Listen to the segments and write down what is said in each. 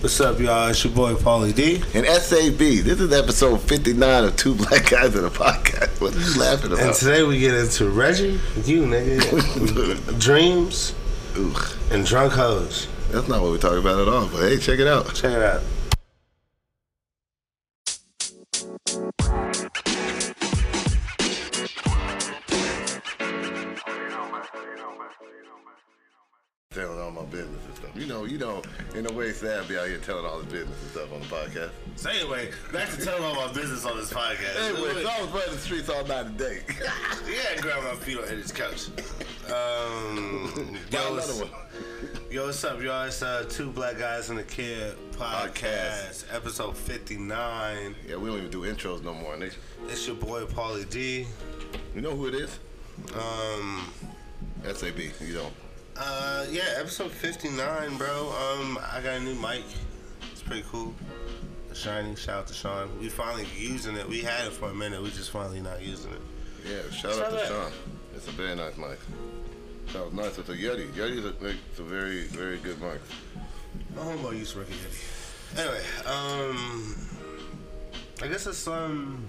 What's up, y'all? It's your boy Paulie D. And SAB, this is episode 59 of Two Black Guys in a Podcast. What are you laughing And about? today we get into Reggie, you nigga, dreams, Ooh, and drunk hoes. that's not what we're talking about at all, but hey, check it out. Check it out. Telling all my business and stuff. You know, you know, in a way, Sad be out here telling all his business and stuff on the podcast. So anyway, back to telling all my business on this podcast. Anyway, so I was running the streets all night today. yeah, grab my feet on Eddie's couch. Um, yo, Another what's, one. yo, what's up, y'all? It's uh, two black guys and a kid podcast, episode fifty nine. Yeah, we don't even do intros no more. Nigga. It's your boy Paulie D. You know who it is? Um, SAB. You don't. Uh, yeah, episode 59, bro. Um, I got a new mic. It's pretty cool. It's Shining, shout out to Sean. We finally using it. We had it for a minute. We just finally not using it. Yeah, shout Shout out to out. Sean. It's a very nice mic. That was nice. It's a Yeti. Yeti's a, it's a very, very good mic. My homeboy used to work at Yeti. Anyway, um, I guess it's um.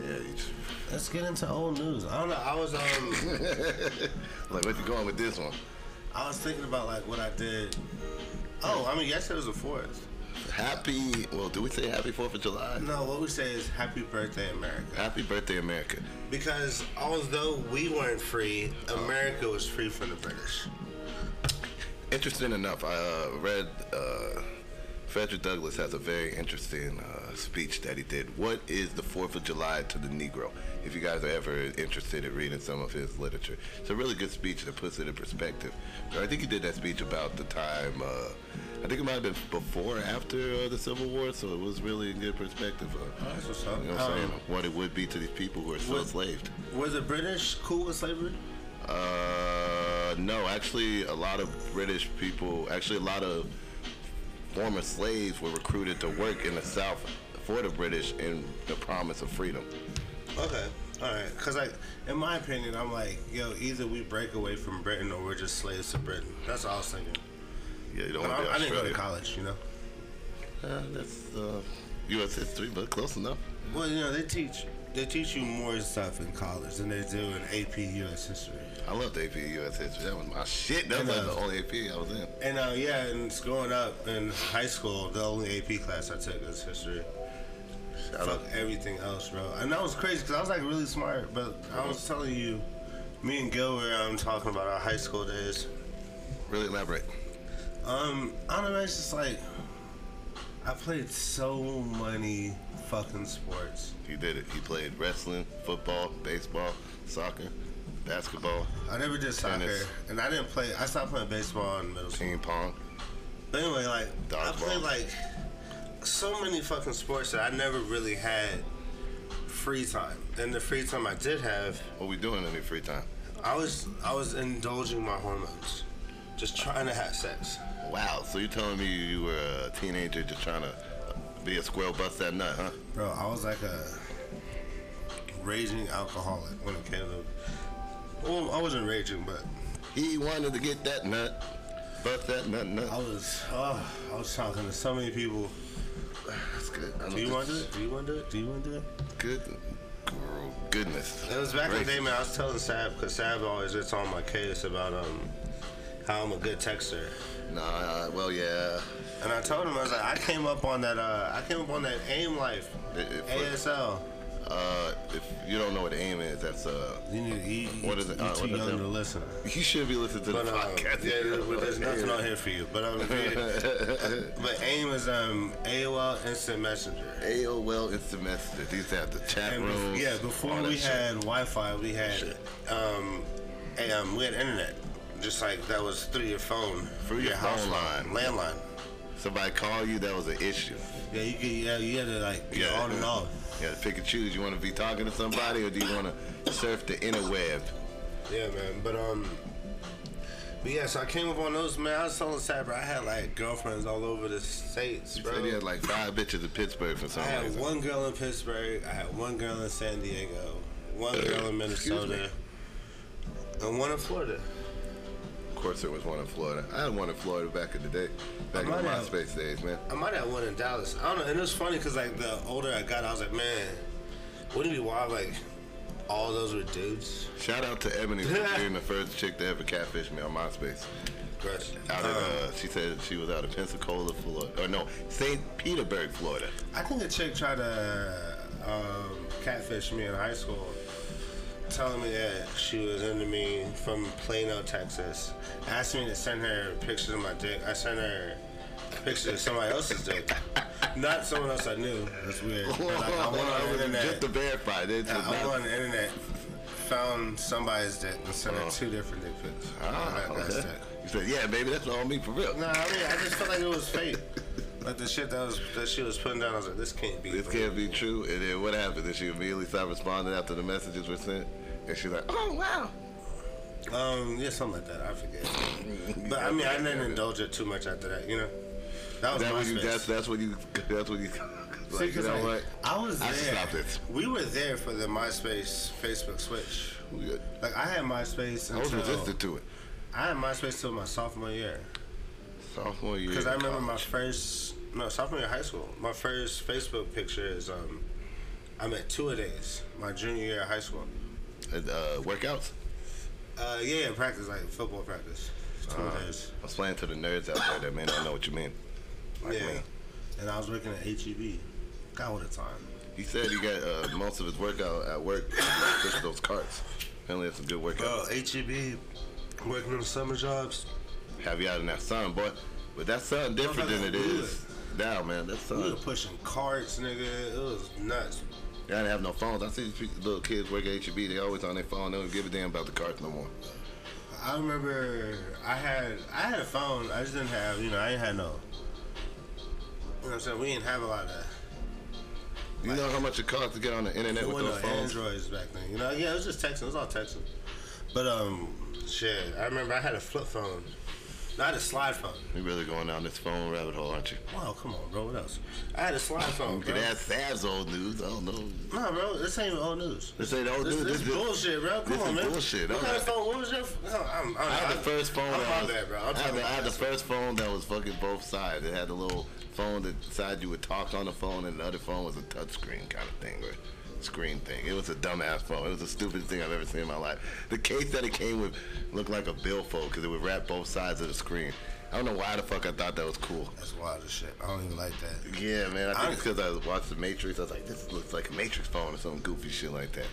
Yeah, you Let's get into old news. I don't know. I was um, Like, where you going with this one? I was thinking about like what I did. Oh, I mean, yesterday was the fourth. Happy, well, do we say happy 4th of July? No, what we say is Happy Birthday, America. Happy birthday, America. Because although we weren't free, America was free from the British. Interesting enough, I uh, read uh, Frederick Douglass has a very interesting uh, speech that he did. What is the 4th of July to the Negro? If you guys are ever interested in reading some of his literature, it's a really good speech that puts it in perspective. But I think he did that speech about the time, uh, I think it might have been before or after uh, the Civil War, so it was really a good perspective. Uh, That's what's up. you know what I'm saying? What it would be to these people who are still Um, what- enslaved. Were the British cool with slavery? Uh, no, actually, a lot of British people, actually, a lot of former slaves were recruited to work in the South for the British in the promise of freedom. Okay. All right. Because, like, in my opinion, I'm like, yo, either we break away from Britain or we're just slaves to Britain. That's all I was thinking. Yeah, you don't But want to be I, I didn't go to Australia. college, you know? Uh, that's uh, U.S. history, but close enough. Well, you know, they teach they teach you more stuff in college than they do in AP U.S. history. I loved AP U.S. history. That was my shit. That was And, like uh, the only AP I was in. And, uh, yeah, and growing up in high school, the only AP class I took was history. Shout Fuck out. everything else, bro. And that was crazy because I was like really smart, but I was telling you, me and Gil were um, talking about our high school days. Really elaborate. Um, I don't know, it's just like I played so many fucking sports. He did it. He played wrestling, football, baseball, soccer, basketball, I never did soccer, Tennis. and I didn't play. I stopped playing baseball in middle school. ping pong. But anyway, like I Dodgeball. played like so many fucking sports that I never really had free time. And the free time I did have, What we doing in your free time? I was I was indulging my hormones, just trying to have sex. Wow, so you're telling me you were a teenager just trying to be a squirrel bust that nut, huh? Bro, I was like a raging alcoholic when it came to. Well, I wasn't raging, but He wanted to get that nut, bust that nut, I nut. was. Oh, I was talking to so many people. That's good. I don't Do you think- want to do it? Do you want to do it? Do you want to do it? Good. girl, Goodness. It was back in the Gracious. day, man. I was telling Sab because Sab always gets on my case about um how I'm a good texter, Nah, uh, well, yeah. and I told him I was like, I came up on that. Uh, I came up on that AIM life, uh, It- it- ASL. Uh, if you don't know what AIM is, that's uh. You need to eat. What is it? You're Uh, too what is young it? to listen. You should be listening to the But, uh, podcast. yeah, there's, there's nothing on here for you. But um, but AIM is um AOL Instant Messenger. AOL Instant Messenger. These have the chat And bef- rooms. yeah, all before that we shit. had Wi-Fi, we had Shit. um, a- um, we had internet. Just like that was through your phone, Through your phone landline. Somebody call you, that was an issue. Yeah, you could, yeah, you had to like get on and off. You gotta pick and choose. You wanna be talking to somebody or do you wanna surf the interweb? Yeah, man. But um, but yeah, so I came up on those man. I was telling Cyber, I had like girlfriends all over the states, bro. And he had like five bitches in Pittsburgh for some I had reason. one girl in Pittsburgh. I had one girl in San Diego. One girl in Excuse me. Minnesota. And one in Florida. course, there was one in Florida. I had one in Florida back in the day, back in the might have- MySpace days, man. I might have one in Dallas. I don't know. And it was funny because like the older I got, I was like, man, wouldn't it be wild like all those were dudes? Shout out to Ebony for being the first chick to ever catfish me on MySpace. Crush. Out Um, of, uh, she said she was out of Pensacola, Florida, or no, St. Petersburg, Florida. I think a chick tried to um, catfish me in high school, telling me that she was into me from Plano, Texas. Asked me to send her pictures of my dick. I sent her pictures of somebody else's dick, not someone else I knew. That's weird. But, like, I went on the just to internet. verify, this was I went not on the internet, found somebody's dick, and sent her Oh. two different dick pics. Ah, That- that's okay. it. You said, yeah, baby, that's all me for real. No, I mean, I just felt like it was fake. Like the shit that was that she was putting down, I was like, this can't be. This can't be true. And then what happened? Then she immediately started responding after the messages were sent. And she's like, oh, wow. Um, yeah, something like that. I forget. but I mean, I didn't indulge it too much after that. You know, that was That's my when you, that's, space. that's when you, that's when you, See, like, you 'cause, know like, what? I was there. I should stop this. We were there for the MySpace Facebook switch. Like I had MySpace I was until resistant to it. I had MySpace till my sophomore year Sophomore year. because I in remember my college. first no sophomore year of high school. My first Facebook picture is um, I'm at two a days my junior year of high school. And, uh, workouts. Uh, yeah, practice like football practice. Two a days. I was playing to the nerds out there that may not know what you mean. Like yeah, me. and I was working at HEB. God, what a time. He said he got uh, most of his workout at work, like, just those carts. Apparently, that's a good workout. Bro, HEB, E working on summer jobs. have you out in that sun, boy. But that sun different than it is now, man. That sun. We were pushing carts, nigga. It was nuts. They don't have no phones. I see these people- little kids work at HEB. They always on their phone. They don't give a damn about the carts no more. I remember I had I had a phone. I just didn't have you know I ain't had no. You know what I'm saying? We didn't have a lot of. You know how much it costs to get on the internet There with wasn't no those phones? androids back then. You know, yeah, it was just texting. It was all texting. But um, shit. I remember I had a flip phone. No, I had a slide phone. You're really going down this phone rabbit hole, aren't you? Wow, come on, bro. What else? I had a slide phone, You could bro. ask Sav's old news. I don't know. No, bro, this ain't even old news. This ain't old This, news. this, This, is- bullshit, bro. Come this on, is man. bullshit. What I'm kind of not- phone? What was your? No, I'm, I'm, I had the first phone. I'm that my was- bad, bro. I I'm had, talking the, I had about the first phone that was fucking both sides. It had a little phone that side you would talk on the phone, and the other phone was a touch screen kind of thing or screen thing. It was a dumbass phone. It was the stupidest thing I've ever seen in my life. The case that it came with looked like a billfold because it would wrap both sides of the screen. I don't know why the fuck I thought that was cool. That's wild as shit. I don't even like that. Yeah, man. I think it's because I watched The Matrix. I was like, this looks like a Matrix phone or some goofy shit like that.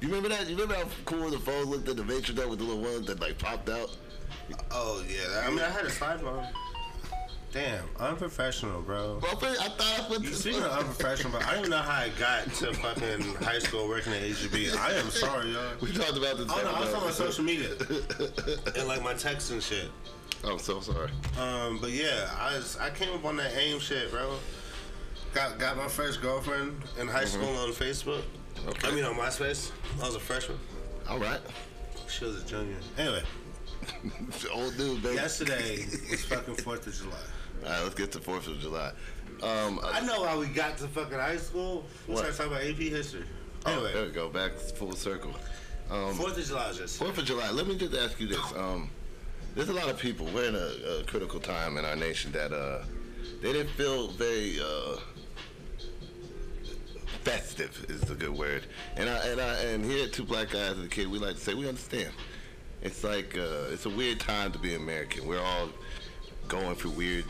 You remember that? You remember how cool the phone looked at The Matrix that with the little ones that like popped out? Oh yeah, I mean, I had a slide phone. Damn, unprofessional, bro. Well, I put- I thought I put You this Speaking of unprofessional, bro, I don't even know how I got to fucking high school working at HEB. I am sorry, y'all. We talked about this. Oh no, I was talking episode. about social media and like my texts and shit. Oh, I'm so sorry. Um, but yeah, I was, I came up on that aim shit, bro. Got got my first girlfriend in high school on Facebook. Mm-hmm. Okay. I mean on MySpace. I was a freshman. All right. She was a junior. Anyway, Old dude, baby. yesterday was fucking Fourth of July. All right, let's get to 4th of July. Um, I know how we got to fucking high school. We What? started talking about AP history. oh, there Anyway, we go. Back full circle. Um, Fourth of July is just. 4th of July, let me just ask you this. Um, there's a lot of people. We're in a, a critical time in our nation that uh, they didn't feel very uh, festive is the good word. And I and I and here at Two Black Guys and the Kid, we like to say we understand. It's like uh, it's a weird time to be American. We're all going through weird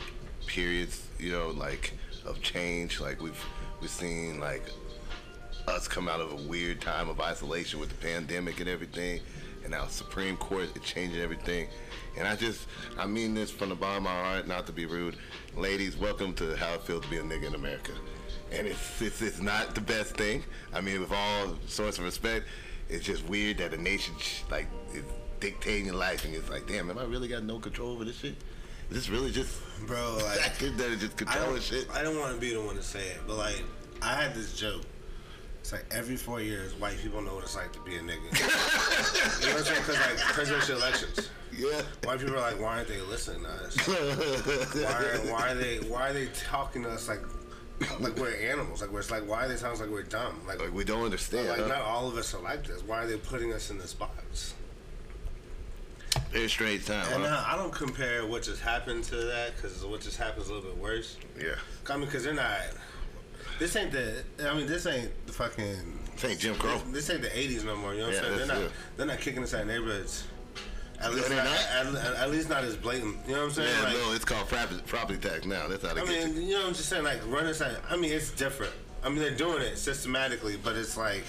periods, you know, like of change. Like we've we've seen like us come out of a weird time of isolation with the pandemic and everything, and now Supreme Court is changing everything. And I just, I mean this from the bottom of my heart, not to be rude. Ladies, welcome to how it feels to be a nigga in America. And it's, it's, it's not the best thing. I mean, with all sorts of respect, it's just weird that a nation, sh- like, is dictating your life, and it's like, damn, have I really got no control over this shit? Is this really just, Bro, like, that is just I controlling shit? don't, I don't want to be the one to say it, but like, I had this joke. It's like every four years, white people know what it's like to be a nigga. you know what I'm saying? Because like presidential elections, Yeah. white people are like, why aren't they listening to us? Why are, why are they Why are they talking to us like like we're animals? Like we're it's like why are they talking to us like we're dumb? Like, Like, we don't understand. like huh? not all of us are like this. Why are they putting us in this box? It's straight time. And huh? now I don't compare what just happened to that because what just happened is a little bit worse. Yeah. I mean, because they're not. This ain't the. I mean, this ain't the fucking. This ain't Jim Crow. This, this ain't the '80s no more. You know what Yeah, I'm saying? They're that's not. it. They're not kicking us out of neighborhoods. At least not. they're At, not? at- at least not as blatant. You know what I'm saying? Yeah, Like, no, it's called property, property tax now. That's how they I get mean, you know what I'm just saying? Like, running side. I mean, it's different. I mean, they're doing it systematically, but it's like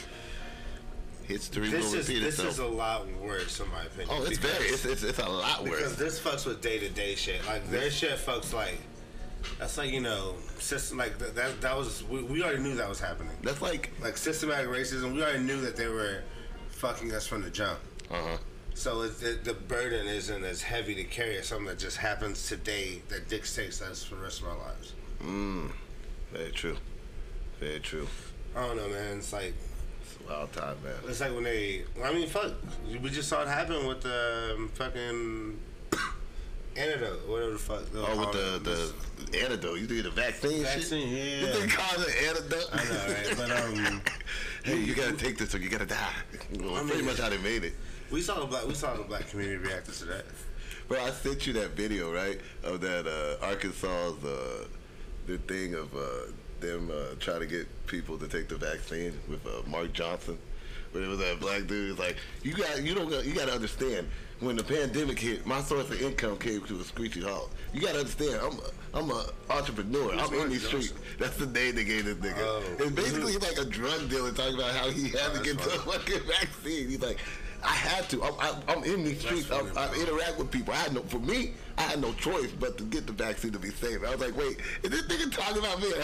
you. History this will is repeat this itself. is a lot worse in my opinion. oh, it's because- very, it's, it's, it's a lot Because worse. this fucks with day to day shit. Like their shit fucks like that's like you know system like th- that that was we, we already knew that was happening. That's like, Like systematic racism, we already knew that they were fucking us from the jump. uh Uh-huh. huh. So it, it, the burden isn't as heavy to carry as something that just happens today that dictates us for the rest of our lives. Very true. Very true. I don't know, man. It's like It's a wild time, man. it's like when they. I mean, fuck. We just saw it happen with the um, fucking antidote, whatever the fuck. Oh, with the, the antidote. You do the vaccine, Vaccine, shit? yeah. You think call it antidote? I know, right? But um, Hey, you gotta take this or you gotta die. Well, I pretty mean- much how they made it. we saw the black we saw the black community reacting to that. Bro, I sent you that video, right? Of that uh, Arkansas's uh, the thing of uh, them uh, trying to get people to take the vaccine with uh, Mark Johnson. But it was that black dude. It's like you got, you don't, got- you got to understand. When the pandemic hit, my source of income came to a screeching halt. You got to understand, I'm, a, I'm a entrepreneur. I'm Mark in these streets. Johnson? That's the name they gave this nigga. Oh. It's basically like a drug dealer talking about how he had to that's get the funny. fucking vaccine. He's like, I had to. I'm, I'm, I'm in these That's streets. I'm, funny, I'm bro. interact with people. I had no, for me, I had no choice but to get the vaccine to be safe. I was like, wait, is this nigga talking about me?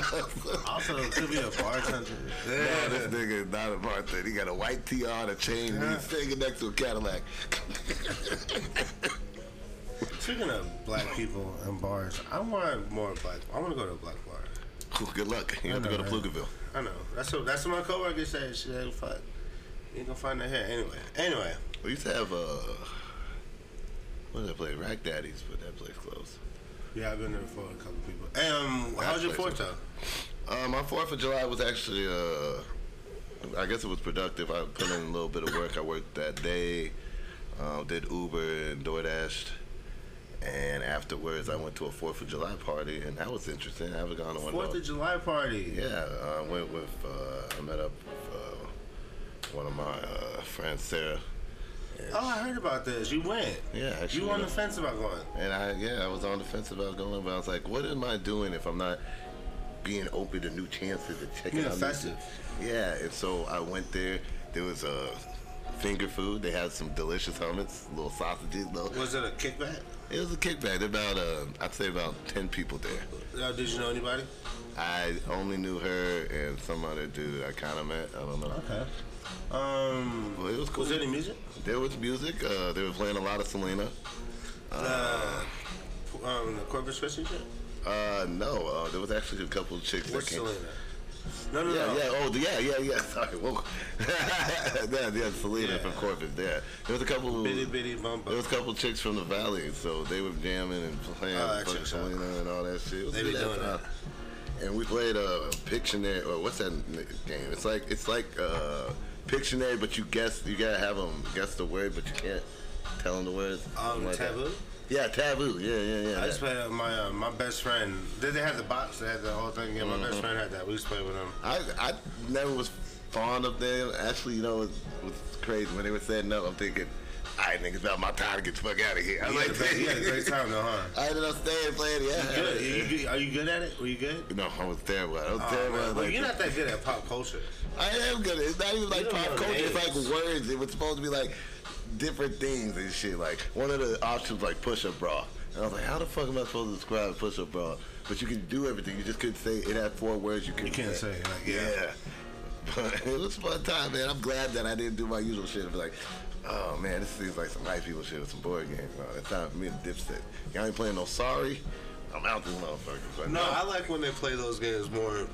Also, it could be a bartender. no, this nigga is not a bartender. He got a white tee on, a chain, and he's sitting next to a Cadillac. Speaking of black people and bars, I want more black. I want to go to a black bar. Good luck. You have to know, go to right? Pflugerville. I know. That's what that's what my coworker said. She said, "Fuck, you can find that here anyway." Anyway, We used to have uh, what did I play? Rack Daddies, but that place closed. yeah, I've been there before. with A couple people. Hey, um, how's your place. Porto? Uh, my Fourth of July was actually, uh, I guess it was productive. I put in a little bit of work. I worked that day, um, did Uber and DoorDash, and afterwards I went to a Fourth of July party, and that was interesting. I haven't gone to one. Fourth those. of July party. Yeah, I went with, uh, I met up with uh, one of my uh, friends, Sarah. Oh, I heard about this. You went. Yeah, actually, You on the yeah. fence about going? And I, yeah, I was on the fence about going, but I was like, what am I doing if I'm not being open to new chances and checking Being out new shit? festive. Yeah, and so I went there. There was a finger food. They had some delicious hummus, little sausages. Though Was it a kickback? it was a kickback. There about uh, I'd say about ten people there. Uh, did you know anybody? I only knew her and some other dude I kind of met. I don't know. Okay. Um, Well, it was cool. was there any music? There was music. Uh, they were playing a lot of Selena. Uh, Um, the corporate special shit? Uh, no, uh, there was actually a couple of chicks What's that came. Selena? No, no, Yeah, no. yeah, oh, yeah, yeah, yeah. Sorry, well, yeah, yeah, Selena Yeah. from Corpus. Yeah, there was a couple. Bitty bitty bum There bum. was a couple chicks from the valley, so they were jamming and playing Oh, that fucking checks out. Selena and all that shit. It was They be good doing that. ass time. And we played uh, Pictionary. Or what's that n- game? It's like it's like uh, Pictionary, but you guess you gotta have them guess the word, but you can't tell them the words. Um, something like that. Taboo? Yeah, taboo. Yeah, yeah, yeah. I that. just played uh, my uh, my best friend. Did they have the box? They had the whole thing. Yeah, my Mm-hmm. best friend had that. We used to play with him. I, I never was fond of them. Actually, you know, it was crazy when they were setting up. I'm thinking, all right, niggas, about my time to get the fuck out of here. I He was had, a like, great, he had a great time though, huh? I ended up staying playing. Yeah, Good. You, good- are you good at it? Were you good? No, I was terrible. I was Oh, terrible. I, man. was well, like, you're not that good at pop culture. I am good. It's not even like don't pop know culture. It's names. like words. It was supposed to be like different things and shit. Like one of the options like push up bra. And I was like, how the fuck am I supposed to describe push up bra? But you can do everything. You just couldn't say it had four words. You couldn't. can't say it, like, yeah. But it was a fun time, man. I'm glad that I didn't do my usual shit. Be like, oh man, this seems like some white people shit with some board games. No, that's not me and Dipset. Y'all ain't playing no sorry. I'm out this motherfucker. But No, I like when they play those games more.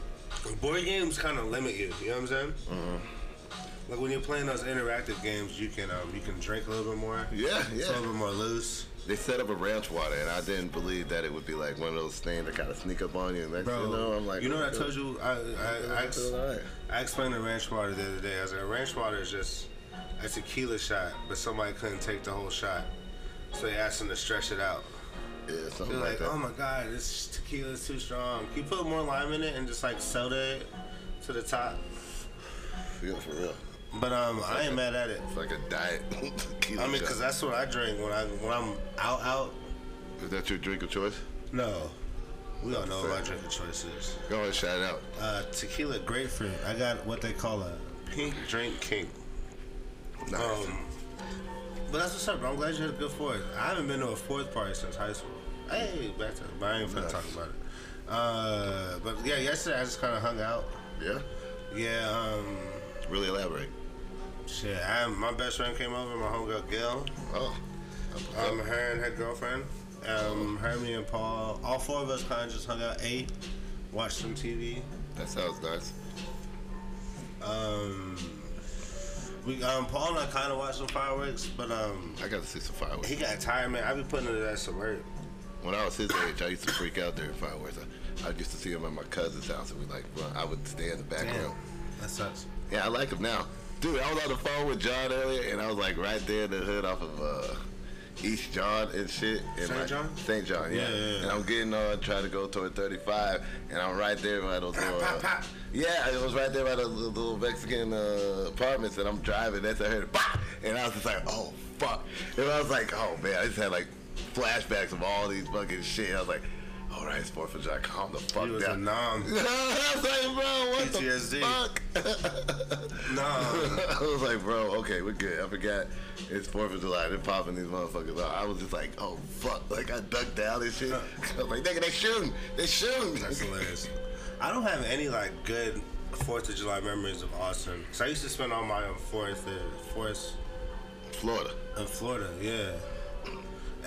Board games kind of limit you. You know what I'm saying? Mm-hmm. Like when you're playing those interactive games, you can um, you can drink a little bit more. Yeah, It's yeah. a little bit more loose. They set up a ranch water, and I didn't believe that it would be like one of those things that kind of sneak up on you. And next Bro, thing you know, I'm like, you know what I "Okay." told you? I I, I, I feel all right. I explained the ranch water the other day. I was like, ranch water is just a tequila shot, but somebody couldn't take the whole shot. So they asked him to stretch it out. Yeah, They're something like, like, oh that. my god, this tequila is too strong. Can you put more lime in it and just like soda it to the top? For real, for real. But um, I ain't mad at it. It's like a diet. I mean, cause that's what I drink when I when I'm out out. is that your drink of choice? No, we all know what my drinking choice is. Go ahead, shout it out. Uh, tequila grapefruit. I got what they call a pink drink king. Nice. Um, but that's what's up, bro. I'm glad you had a good fourth. I haven't been to a fourth party since high school. Hey, back to but I ain't finna Nice. talk about it. Uh, but yeah, yesterday I just kind of hung out. yeah. Yeah, um, Really elaborate. shit. I, my best friend came over, my homegirl Gail. Oh. Um, her and her girlfriend. Um, her, me, and Paul. All four of us kind of just hung out, ate, watched some TV. That sounds nice. Um, we um, Paul and I kind of watched some fireworks, but um, I got to see some fireworks. he got tired, man. I be putting it as some work. When I was his age, I used to freak out during fireworks. I, I used to see him at my cousin's house, and we like, run. I would stay in the background. that sucks. Yeah, I like him now. Dude, I was on the phone with John earlier, and I was like right there in the hood off of uh, East John and shit. And St. like- John? St. John, Yeah, yeah. yeah, yeah. And I'm getting on, trying to go toward 35, and I'm right there by those little. uh, Yeah, it was right there by the little little Mexican uh, apartments, and I'm driving. That's I heard it, bah! and I was just like, oh fuck. And I was like, oh man, I just had like flashbacks of all these fucking shit. I was like. All right, it's Fourth of July. Calm the fuck He was a down. nom. I was like, bro, what PTSD. the fuck? No, I was like, bro, okay, we're good. I forgot it's Fourth of July. They're popping these motherfuckers out. I was just like, oh fuck! Like I ducked down and shit. I was like, nigga, they shooting, they shooting. that's hilarious. I don't have any like good Fourth of July memories of Austin. So I used to spend all my um, Fourth, uh, Fourth Florida. in Florida, yeah.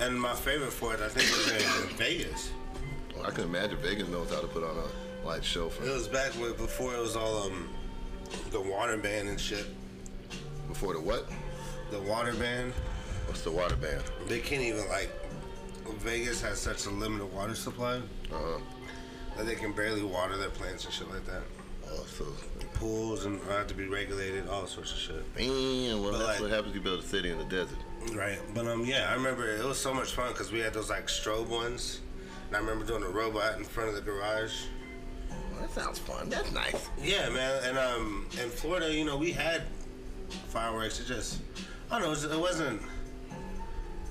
And my favorite Fourth, I think, was in Vegas. Well, I can imagine Vegas knows how to put on a light show for It was back when, before it was all um the water band and shit. before the what? The water band, What's the water band? they can't even like. Vegas has such a limited water supply Uh huh. that they can barely water their plants and shit like that. Oh, so Pools and have to be regulated, all sorts of shit. man, well, But, that's like- what happens. You build a city in the desert. Right, but um, yeah, I remember it was so much fun because we had those like strobe ones, and I remember doing a robot in front of the garage. Well, that sounds fun. That's nice. Yeah, man, and um, in Florida, you know, we had fireworks. It just, I don't know, it, was, it wasn't.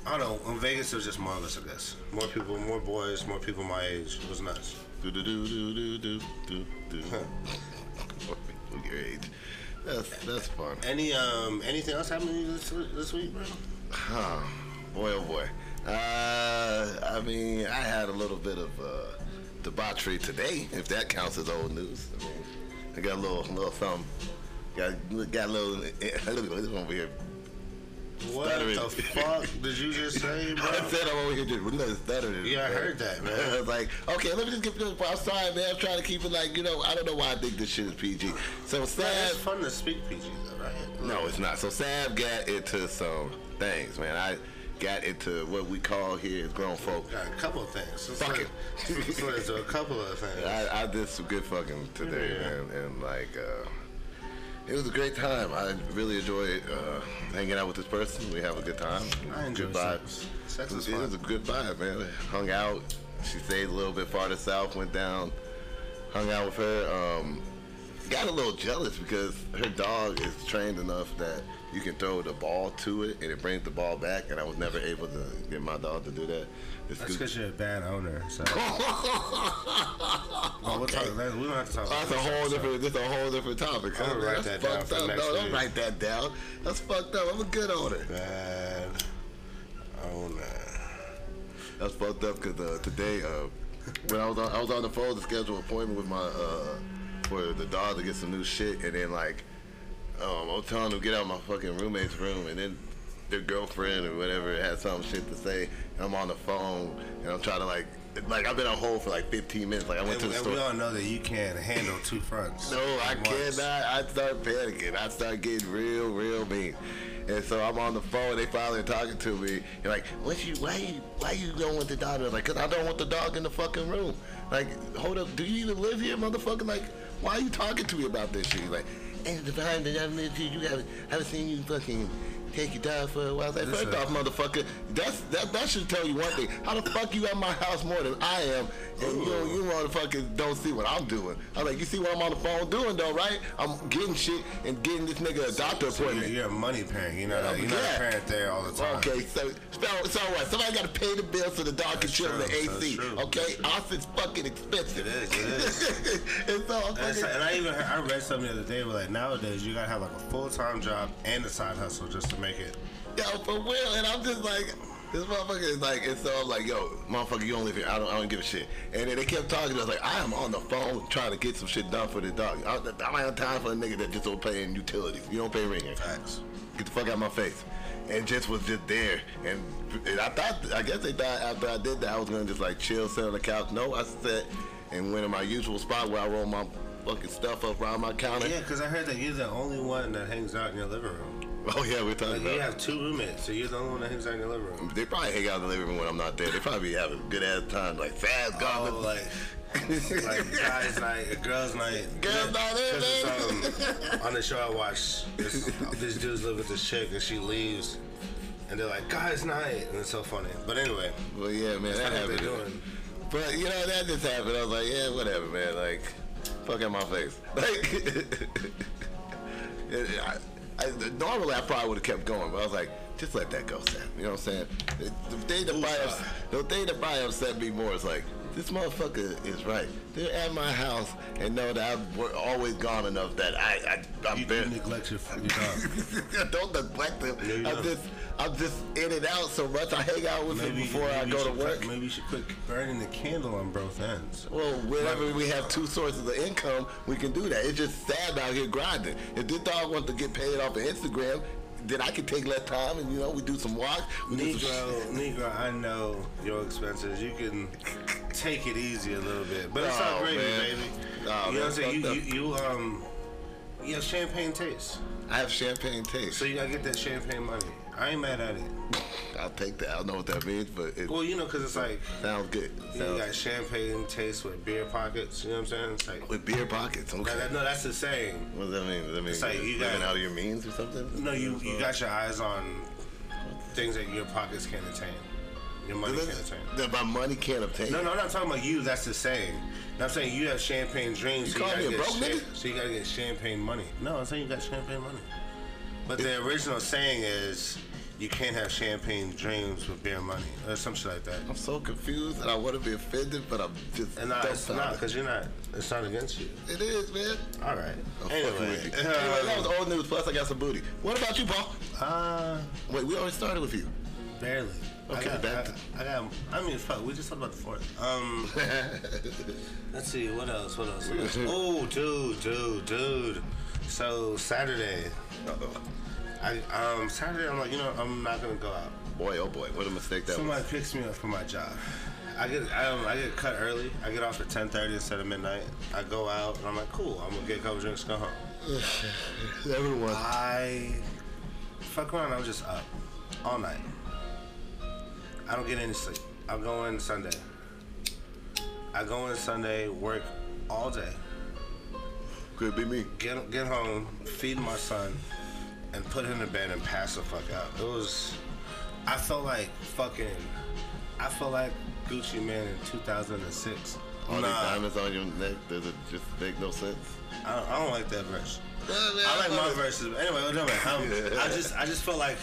I don't know. In Vegas, it was just more of us, I guess. More people, more boys, more people my age. It was nuts. Do do do do do do do. Look your age. That's that's fun. Any um, anything else happening to you this this week, bro? Huh. Boy, oh boy. Uh, I mean, I had a little bit of uh, debauchery today, if that counts as old news. I mean, I got a little, little something. Got, got a little. I'm over here. What Stuttering. the fuck did you just say, bro? I said I'm over here just nothing stuttering. Yeah, I heard that, man. I was like, okay, let me just get this. I'm sorry, man. I'm trying to keep it like, you know, I don't know why I think this shit is PG. So Yeah, sad. it's fun to speak PG though, right? No, it's not. So Sab got into some things, man. I got into what we call here as grown folk Got a couple of things. Let's Fuck let- it. let's let it do a couple of things. I, I did some good fucking today, Yeah. man, and like uh, it was a great time. I really enjoyed uh, hanging out with this person. We have a good time. I enjoy good vibes. sex. Sex it was, is it fun. was a good vibe, man. Hung out. She stayed a little bit farther south. Went down. Hung out with her. Um, got a little jealous because her dog is trained enough that you can throw the ball to it and it brings the ball back. And I was never able to get my dog to do that. It's That's good- because you're a bad owner. So. Well, we'll talk, that- we don't have to talk about That's a that. whole different. That's a whole different topic. I'm gonna write That's that down fucked for up. next No, don't week. write that down. That's fucked up. I'm a good owner. Bad owner. That's fucked up because uh, today, uh, when I was on, I was on the phone to schedule an appointment with my uh, for the dog to get some new shit, and then like, um, I was telling them to get out of my fucking roommate's room, and then their girlfriend or whatever had some shit to say. and I'm on the phone, and I'm trying to like, like I've been on hold for like 15 minutes. Like I And, went to the and store. we all know that you can't handle two fronts. No, I at once. cannot. I start panicking. I start getting real, real mean. And so I'm on the phone. They finally talking to me. They're like, "What you? Why you? Why you going with the dog?" I was like, "Cause I don't want the dog in the fucking room." Like, hold up. Do you even live here, motherfucker? Like, why are you talking to me about this shit? He's like, and the behind the you gotta. I haven't seen you fucking Thank you, Dad, for well, I was like, first off, motherfucker, that's that that should tell you one thing. How the fuck you at my house more than I am, and you you motherfuckers don't see what I'm doing. I'm like, you see what I'm on the phone doing though, right? I'm getting shit and getting this nigga a doctor So appointment. you're, you're a money parent. You're not, a, you're not Yeah. a parent there all the time. Okay, so so, so what? Somebody got to pay the bill so the dog can That's chill in the true, AC. that's true, Okay, that's true. Austin's fucking expensive. It is, it and so I'm And, it's fucking- like- and I even heard, I read something the other day where like nowadays you gotta have like a full time job and a side hustle just to make it. Yo, for real. And I'm just like, this motherfucker is like, and so I'm like, yo, motherfucker, you don't live here. I don't, I don't give a shit. And then they kept talking. I was like, I am on the phone trying to get some shit done for the dog. I, I don't have time for a nigga that just don't pay in utilities. You don't pay rent. here. Facts. Get the fuck out of my face. And just was just there. And, and I thought, I guess they thought after I did that, I was gonna just like chill, sit on the couch. No, I sat and went in my usual spot where I roll my fucking stuff up around my counter. Yeah, because I heard that you're the only one that hangs out in your living room. Oh yeah, we're talking Like about. you have two roommates, so you're the only one that hangs out in your living room. They probably hang out in the living room when I'm not there. They probably be having a good ass time, like fast gone. Oh, like like guys night, girls night. Girls night in, 'Cause it's, um, on the show I watch, this, these dudes live with this chick and she leaves, and they're like guys night, and it's so funny. But anyway, well, yeah, man, that that's what happened. they're doing. But you know, that just happened. I was like, yeah, whatever, man. Like, fuck out my face. Like, it- I, I, normally I probably would have kept going, but I was like, just let that go, Sam. You know what I'm saying? The- The thing that uh, probably, ups- the thing that probably upset me more is like, this motherfucker is right. They're at my house and know that I've wor- always gone enough that I, I I'm You, you barely- neglect your, your dog. don't neglect them. No, you I'm don't. just I'm just in and out so much. I hang out with them before I you go to should work. Quit, maybe you should quit burning the candle on both ends. Well, whenever we have two sources of income, we can do that. It's just sad out here grinding. If this dog wants to get paid off of Instagram, then I can take less time and you know we do some walks. We do some Negro, Negro, I know your expenses. You can take it easy a little bit, but it's Oh, not gravy, man. baby. Oh, you know what man, I'm saying? You, fucked you, you um, you have champagne taste, I have champagne taste. so you gotta get that champagne money. I ain't mad at it. I'll take that. I don't know what that means, but it Well, you know, cause it's like sounds good. It you sounds got champagne taste with beer pockets. You know what I'm saying? It's like with beer pockets. Okay. that- that- no, that's the saying. what does that mean? Does that mean It's like you living got- out of your means or something? No, you you got your eyes on things that your pockets can't attain, your money can't attain. That my money can't obtain. No, no, I'm not talking about you. That's the saying. I'm saying you have champagne dreams. You call gotta me a get broke cha- nigga? So you gotta get champagne money. No, I'm saying you got champagne money. But the original saying is you can't have champagne dreams with bare money or some shit like that. I'm so confused and I want to be offended, but I'm just And no, it's dumbfounded. not because you're not. It's not against you. It is, man. All right. I'm fucking Anyway, with you. Anyway, that uh, was old news. Plus, I got some booty. What about you, Paul? uh, Wait, we already started with you. barely. Okay, I got, back to- I, I got. I mean, fuck. We just talked about the fourth. Um, let's see. What else? What else? What else? oh, dude, dude, dude. So Saturday, Uh-oh. I um Saturday I'm like, you know, I'm not gonna go out. Boy, oh boy, what a mistake that Somebody picks me up for my job. I get I, um, I get cut early. I get off at ten thirty instead of midnight. I go out and I'm like, cool, I'm gonna get a couple drinks, go home. was. Everyone. I fuck around, I'm just up all night. I don't get any sleep. I go in Sunday. I go in Sunday, work all day, Could be me. get get home, feed my son, and put him to bed and pass the fuck out. It was, I felt like fucking, I felt like Gucci Man in 2006. All these Nah, diamonds on your neck, does it just make no sense? I don't, I don't like that verse. I like my verses. but Anyway, whatever. Um, I just I just felt like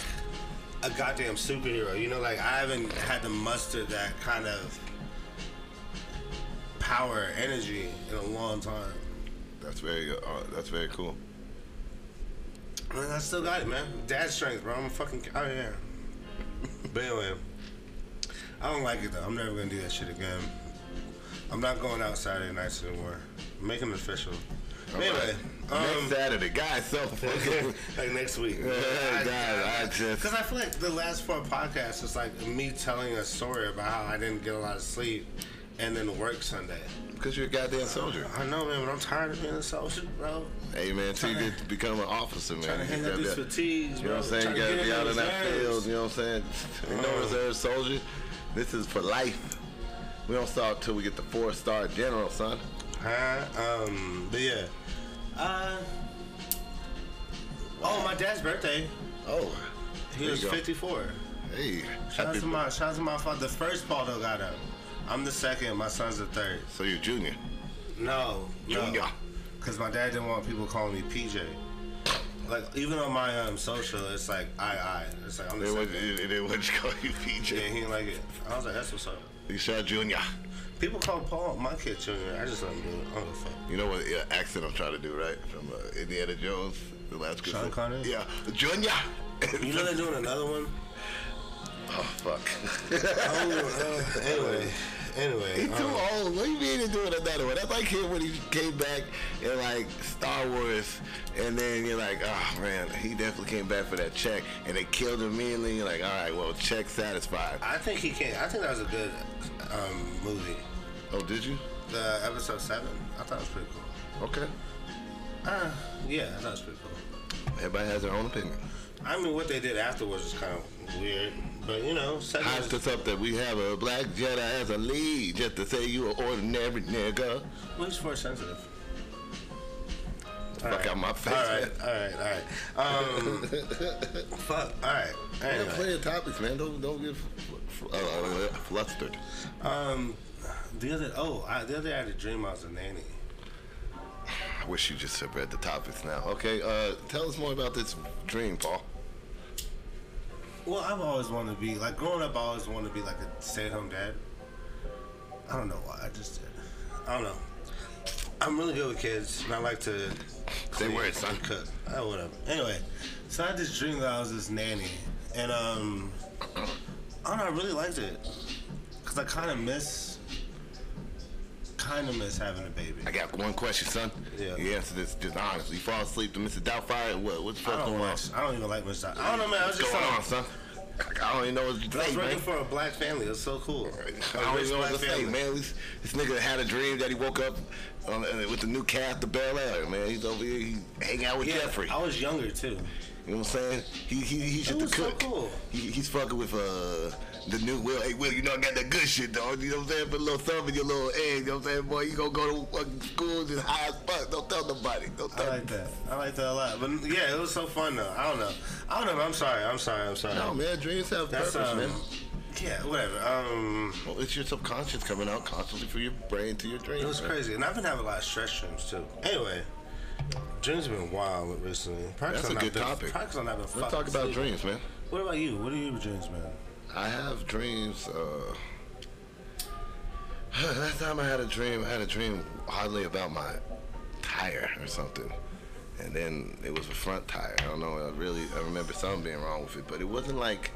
a goddamn superhero. You know, like I haven't had to muster that kind of power, energy in a long time. That's very, uh, that's very cool. Man, I still got it, man. Dad strength, bro. I'm a fucking out here. but anyway, I don't like it though. I'm never gonna do that shit again. I'm not going out Saturday nights anymore. Make it official. All anyway, right. next um, Saturday, guys, so fucking. like next week. Hey, guys, I just. Because I feel like the last four podcasts is like me telling a story about how I didn't get a lot of sleep and then work Sunday. Because you're a goddamn soldier. I know, man, but I'm tired of being a soldier, bro. Hey, man, till you Tryna- get to become an officer, man. Trying to You hang out gotta- these fatigues, You bro. know what I'm saying? Tryna You gotta get in be out the in that reserves. field. You know what I'm saying? Ain't no Oh. reserve soldier. This is for life. We don't start till we get the four star general, son. Huh? Um, but yeah. Uh, oh, my dad's birthday. Oh, He There was you go. 54. Hey, Shout out happy to my shout out to my father. The first Paulo got up. I'm the second. My son's the third. bir- so you're junior. No, Junior. Because my dad didn't want people calling me PJ. Like even on my um, social, it's like I I. It's like I'm the They second. wouldn't, they they wouldn't call you PJ. Yeah, he didn't like it. I was like, that's what's up. You said junior. People call Paul my kid Junior. I just let him do it. I don't give a fuck. You know what yeah, accent I'm trying to do, right? From uh, Indiana Jones, the last Sean Crusade. Connery? Yeah, junior. You know they're doing another one. oh fuck. Oh, uh, anyway, anyway. He's too um, old. What do you mean he's doing another one? That's like him when he came back in like Star Wars, and then you're like, oh man, he definitely came back for that check, and they killed him immediately. You're like, all right, well, check satisfied. I think he can. I think that was a good um, movie. Oh, did you? The episode seven. I thought it was pretty cool. Okay. Uh, yeah, I thought it was pretty cool. Everybody has their own opinion. I mean, what they did afterwards was kind of weird, but you know, second Hyped us up that we have a black Jedi as a lead, just to say you an ordinary nigga. well, he's force sensitive. Fuck out my face, All right, all right, all right. Um, fuck. All right. man. Anyway. Plenty of topics, man. Don't don't get f- f- uh, flustered. Um, the other oh, I, the other day I had a dream I was a nanny. I wish you just had read the topics now. Okay, uh, tell us more about this dream, Paul. Well, I've always wanted to be like growing up. I always wanted to be like a stay-at-home dad. I don't know why. I just did. I don't know. I'm really good with kids, and I like to clean words, son. and Cook. Oh, whatever. Anyway, so I just dreamed that I was this nanny, and um, I don't know. I really liked it because I kind of miss, kind of miss having a baby. I got one question, son. Yeah. You answer this just honestly. You fall asleep to Mr. Doubtfire. What? What the I fuck's don't going on? watch. I don't even like much. I don't know, man. I was What's just going trying on, son? I don't even know what to I say, was working man. for a black family. It was so cool. I A don't rich even know what black to say, family. man. This, this nigga had a dream that he woke up on, uh, with the new cast to Bel Air, man. He's over here, he hang out with Yeah, Jeffrey. I was younger too. You know what I'm saying? He he he should the was so cook. cool. He, he's fucking with uh the new Will. Hey Will, you know I got that good shit, dog. You know what I'm saying? Put a little thumb in your little egg. You know what I'm saying, boy? You gonna go to fucking school just high as fuck. Don't tell nobody. Don't I tell. like that. I like that a lot. But yeah, it was so fun though. I don't know. I don't know. but I'm sorry. I'm sorry. I'm sorry. No man, dreams have That's purpose, um. man. Yeah, whatever. Um, Well, it's your subconscious coming out constantly from your brain to your dreams. it was man. crazy, and I've been having a lot of stress dreams too. Anyway, dreams have been wild recently. Probably 'cause That's a I've good been, topic. Probably 'cause I've not been Let's fucking talk about sleeping. dreams, man. What about you? What are your dreams, man? I have dreams. Uh, last time I had a dream, I had a dream oddly about my tire or something, and then it was a front tire. I don't know. I really I remember something being wrong with it, but it wasn't like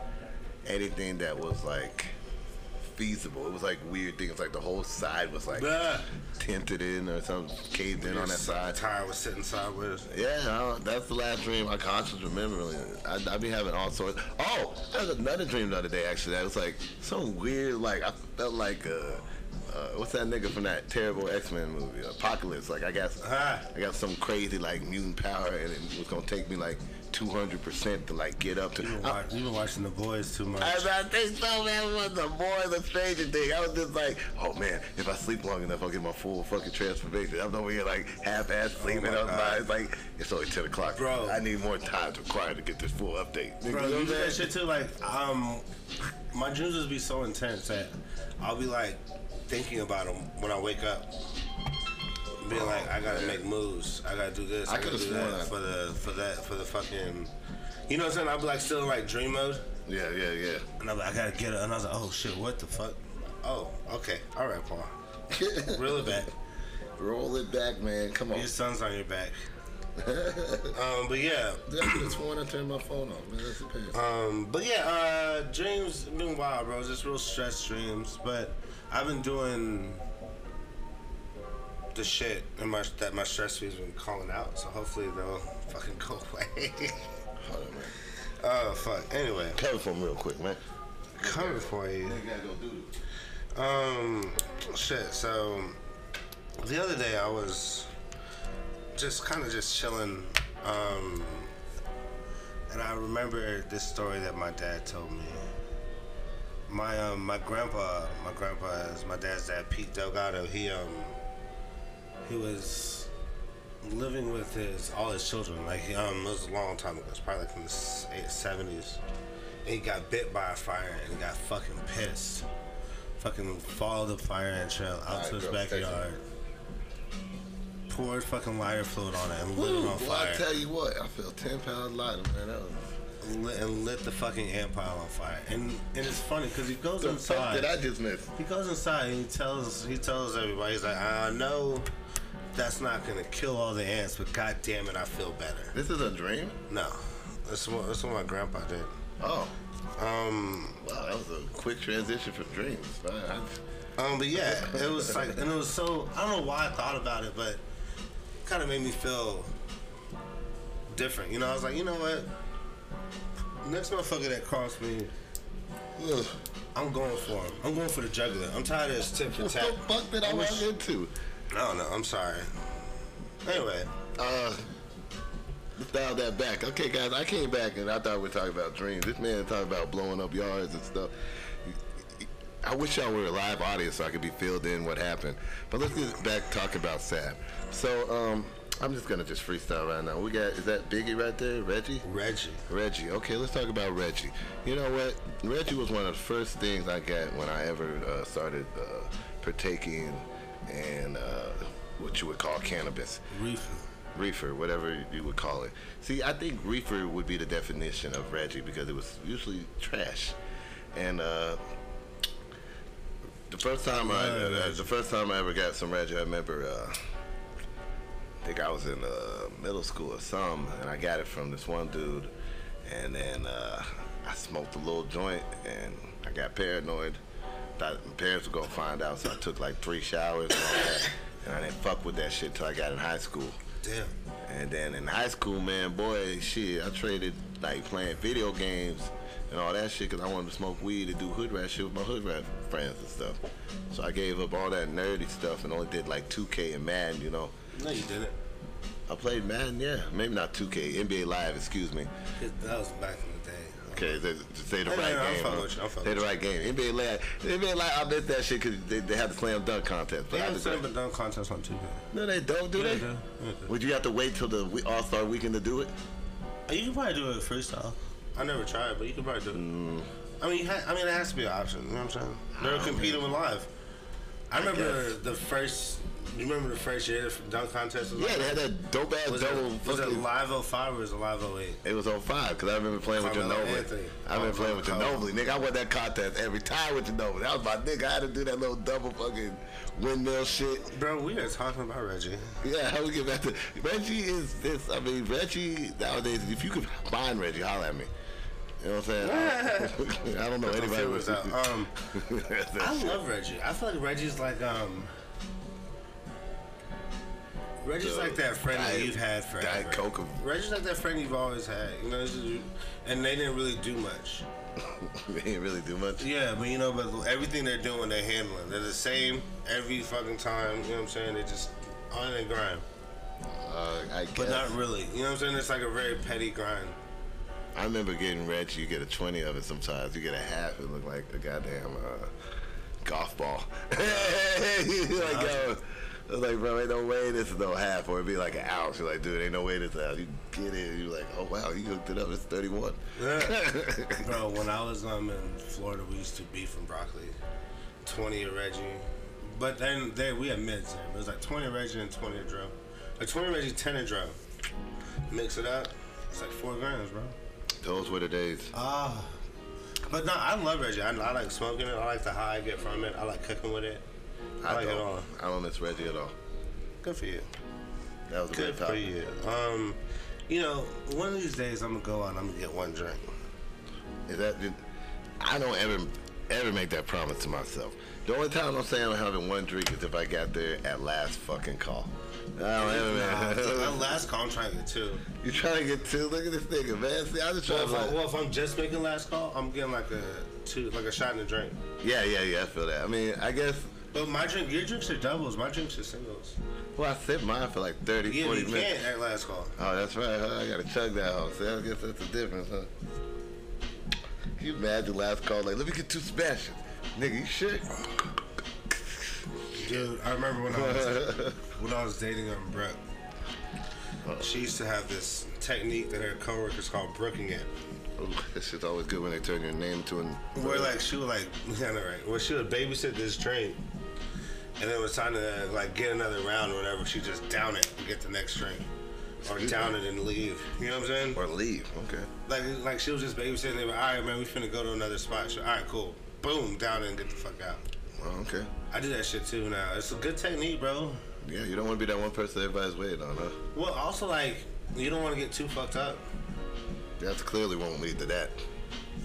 anything that was like feasible. It was like weird things. Like the whole side was like Blah. tinted in or something caved in on that side. Tire was sitting sideways. Yeah, I- that's the last dream I consciously remember. Really. I, I be having all sorts. Oh, that was another dream the other day. Actually, that was like some weird. Like I felt like uh, uh, what's that nigga from that terrible X Men movie, Apocalypse? Like I got, Ah. I got some crazy like mutant power, and it was gonna take me like two hundred percent to like get up to. You've been, I- wa- you've been watching The Boys too much. I, I think so, man. It was the more the stranger thing. I was just like, oh man, if I sleep long enough, I'll get my full fucking transformation. I'm over here like half-ass sleeping. Oh my I'm God. like, it's like it's only ten o'clock, Bro. I need more time to required to get this full update. Nigga, Bro, know you what do I'm that saying? shit too. Like, um, my dreams would be so intense that I'll be like thinking about them when I wake up. Being like, I gotta make moves. I gotta do this. I I, gotta could've do sworn that I- for the for that for the fucking. You know what I'm saying? I'll be like still in like dream mode, Yeah, yeah, yeah. and I'm like, I gotta get it. And I was like, oh shit, what the fuck? Oh, okay, all right, Paul. Reel it back. Roll it back, man. Come on. Your son's on your back. um, but yeah, I could have sworn I turned my phone off, man. That's a pain. Um, but yeah, uh, dreams have been wild, bro. Just real stress dreams. But I've been doing the shit and my that my stress has been calling out. So hopefully they'll fucking go away. Hold on, man. oh fuck. Anyway, Cover for me real quick, man. coming for you. You gotta go do this. Um, shit. So the other day I was just kind of just chilling, um, and I remember this story that my dad told me. My um, my grandpa, my grandpa is my dad's dad, Pete Delgado. He um, he was living with his all his children. Like um, it was a long time ago. It's probably like from the seventies. And he got bit by a fire and he got fucking pissed. Fucking followed the fire and trail out Alright, to his girl, take some. backyard. Poured fucking lighter fluid on it and lit it on Well, I fire. tell you what, I feel ten pounds lighter, man. That was, Lit- and lit the fucking ant pile on fire. And and it's funny because he goes the fuck inside. did I just miss? He goes inside and he tells he tells everybody he's like, I know that's not gonna kill all the ants, but god damn it, I feel better. This is a dream. No, that's what that's what my grandpa did. Oh, Um, wow, that was a quick transition from dreams. Man, I- um, but yeah, it was like, and it was so I don't know why I thought about it, but kind of made me feel different. You know, I was like, you know what? Next motherfucker that crossed me, ugh. I'm going for him. I'm going for the juggler. I'm tired of this tip for What tap. the fuck did I wish- run into? I don't know. I'm sorry. Anyway. Uh, let's dial that back. Okay, guys, I came back and I thought we were talking about dreams. This man talking about blowing up yards and stuff. I wish y'all were a live audience so I could be filled in what happened. But let's get back to talking about Sab. So, um, I'm just gonna just freestyle right now. We got is that Biggie right there, Reggie? Reggie. Reggie. Okay, let's talk about Reggie. You know what? Reggie was one of the first things I got when I ever uh, started uh, partaking in uh, what you would call cannabis Reefer. reefer, whatever you would call it. See, I think reefer would be the definition of Reggie because it was usually trash. And uh, the first time I, uh, Yeah, yeah, yeah. the first time I ever got some Reggie, I remember. Uh, I think I was in uh, middle school or something, and I got it from this one dude. And then uh, I smoked a little joint, and I got paranoid. Thought my parents were gonna find out, so I took like three showers and all that. And I didn't fuck with that shit till I got in high school. Damn. And then in high school, man, boy, shit, I traded like playing video games and all that shit because I wanted to smoke weed and do hood rat shit with my hood rat friends and stuff. So I gave up all that nerdy stuff and only did like 2K and Madden, you know. No, you didn't. I played Madden, yeah, maybe not 2K, NBA Live, excuse me. It- That was back in the day. Okay, they, say the Hey, right man, I'm game. fucking bro. with you, I'm fucking Say the with right game. NBA Live, NBA Live, I bet that shit because they, they have the slam dunk contest. They I have just- set up a dunk contest on Tuesday. no, they don't, do they? they do. Yeah, they do. Would you have to wait till the All Star weekend to do it? You can probably do it freestyle. Mm. I never tried, but you can probably do it. I mean, you ha- I mean, it has to be an option. You know what I'm saying? They're competing with live. I remember guess. the first. You remember the first year the dunk contest was? Yeah, like, they had that dope ass was double. it, was it fucking, live 05 or was it live 08? it was on five because I remember playing with Carmelo Ginobili. Anthony. I remember playing with Carmelo. Ginobili, nigga. I won that contest every time with Ginobili. That was my nigga. I had to do that little double fucking windmill shit. Bro, we are talking about Reggie. Yeah, how we get back to Reggie is this? I mean, Reggie nowadays, if you could find Reggie, holler at me. You know what I'm saying? I don't, I don't know anybody Anybody was with out. Um, that I shit. love Reggie. I feel like Reggie's like um. Reggie's The like that friend that Diet- you've had forever. Diet Coke of- Reggie's like that friend you've always had. You know, this is- and they didn't really do much. They didn't really do much. Yeah, but you know, but everything they're doing, they're handling. They're the same every fucking time. You know what I'm saying? They just on and grind, Uh, I guess. but not really. You know what I'm saying? It's like a very petty grind. I remember getting Reggie. You get a twenty of it sometimes. You get a half. It looked like a goddamn uh, golf ball. You're like, yo, I was like, bro, ain't no way this is no half, or it'd be like an ounce. You're like, dude, ain't no way this is an ounce. You get it. You're like, oh wow, you hooked it up. It's thirty-one. Bro, when I was um in Florida, we used to beef and broccoli, twenty of Reggie, but then they we had mids there. It was like twenty of Reggie and twenty of drum, like twenty of Reggie, ten of drum. Mix it up, it's like four grams, bro. Those were the days. Ah, but no, I love Reggie. I, I like smoking it. I like the high I get from it. I like cooking with it. I, like it all. don't. I don't miss Reggie at all. Good for you. That was a Good good for topic. you. Um, you know, one of these days I'm gonna go out. and I'm gonna get one drink. Is that? did- I don't ever ever make that promise to myself. The only time I'm saying I'm having one drink is if I got there at last fucking call. I don't ever, Nah, man. that last call I'm trying to get two. You trying to get two? Look at this nigga, man. See, I just try Well to. if, I, Like, well, if I'm just making last call, I'm getting like a two, like a shot and a drink. yeah, yeah, yeah. I feel that. I mean, I guess. But my drink, your drinks are doubles. My drinks are singles. Well, I sipped mine for like 30, Yeah, 40 you minutes. can't at last call. Oh, that's right. Huh? I gotta chug that hoe. See, I guess that's the difference, huh? Can you imagine last call? Like, let me get two smashes. Nigga, you shit. Dude, I remember when I was when I was dating um Brooke. Oh. She used to have this technique that her coworkers called brooking it. Ooh, This is always good when they turn your name to an. Where like she would like, yeah, no, right. Where she would babysit this drink, and then it was time to like get another round or whatever. She just down it and get the next drink, or Excuse down me. it and leave. You know what I'm saying? Or leave. Okay. Like like she was just babysitting. They were, all right, man, we finna go to another spot. She, all right, cool. Boom, down it and get the fuck out. Well, Oh, okay. I do that shit too now. It's a good technique, bro. Yeah, you don't want to be that one person everybody's waiting on, huh? Well, also like you don't want to get too fucked up. That clearly won't lead to that.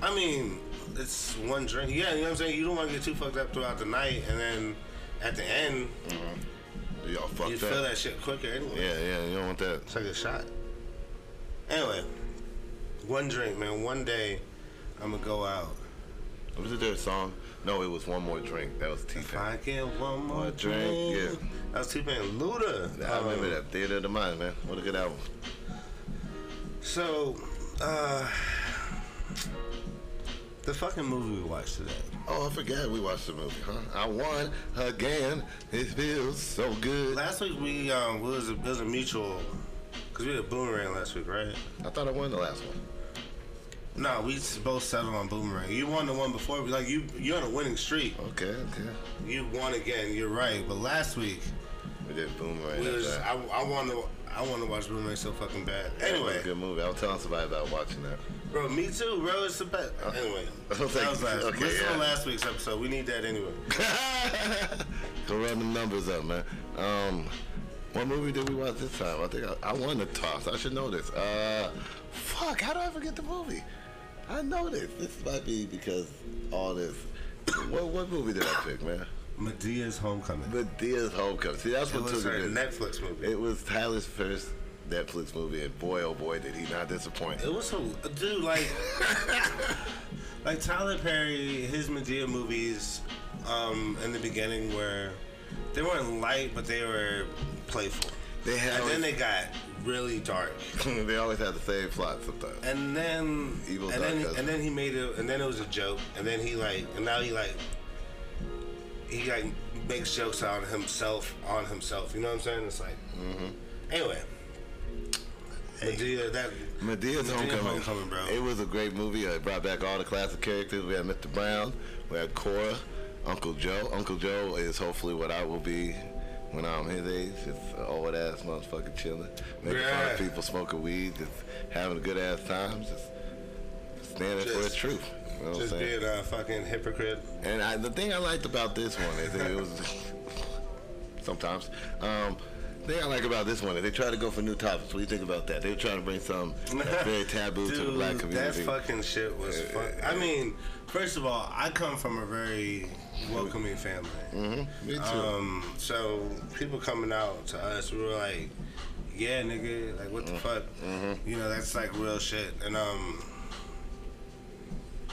I mean, it's one drink. Yeah, you know what I'm saying. You don't want to get too fucked up throughout the night, and then at the end Y'all Mm-hmm. fucked you up. feel that shit quicker anyway. Yeah, yeah, you don't want that. It's like a shot. Anyway, one drink, man. One day, I'm gonna go out. Was it their song? No, it was One More Drink. That was T If I get Pain. one more One drink, drink, yeah. I was too paying Luda. I remember Um, that. Theater of the Mind, man. What a good album. So, uh, the fucking movie we watched today. Oh, I forgot we watched the movie, huh? I won again. It feels so good. Last week we um, we was a, it was a mutual, cause we did boomerang last week, right? I thought I won the last one. No, we s- both settled on boomerang. You won the one before, like you you're on a winning streak. Okay, okay. You won again. You're right, but last week. We did Boomerang. We that's was, right. I, I want to I want to watch Boomerang so fucking bad. That was a Anyway, good movie. I was telling somebody about watching that. bro, me too, bro. It's the best. Anyway, that Okay, was last. okay, Listen yeah. to last week's episode. We need that anyway. Go run the numbers up, man. Um, what movie did we watch this time? I think I, I won the toss. I should know this. Uh, fuck, how do I forget the movie? I know this. This might be because all this. what, what movie did I pick, man? Medea's Homecoming. Medea's Homecoming. See, that's It what was took her it. Netflix movie. It was Tyler's first Netflix movie, and boy, oh boy, did he not disappoint. It was so dude like like Tyler Perry. His Medea movies um, in the beginning were they weren't light, but they were playful. They had And then they always, got really dark. they, always had the same plot sometimes. And then Evil and then, Dark and then he made it and then it was a joke and then he like and now he like he like makes jokes on himself on himself. You know what I'm saying? It's like Mm-hmm. anyway. Medea, that Medea's Medea Homecoming. Homecoming, bro. It was a great movie. Uh, It brought back all the classic characters. We had Mr. Brown, we had Cora, Uncle Joe. Uncle Joe is hopefully what I will be when I'm his age. It's an old ass motherfucking chilling, making fun Yeah. of people, smoking weed, just having a good ass time, just standing for the Just- truth. You know what I'm just saying? being a fucking hypocrite. And I, the thing I liked about this one is that it was sometimes. Um, the thing I like about this one is they try to go for new topics. What do you think about that? They were trying to bring some that's very taboo to the black Dude, community. That fucking shit was fun. I mean, first of all, I come from a very welcoming family. Me too. Um, so people coming out to us, we were like, "Yeah, nigga, like Mm-hmm. what the fuck?" You know, that's like real shit. And um,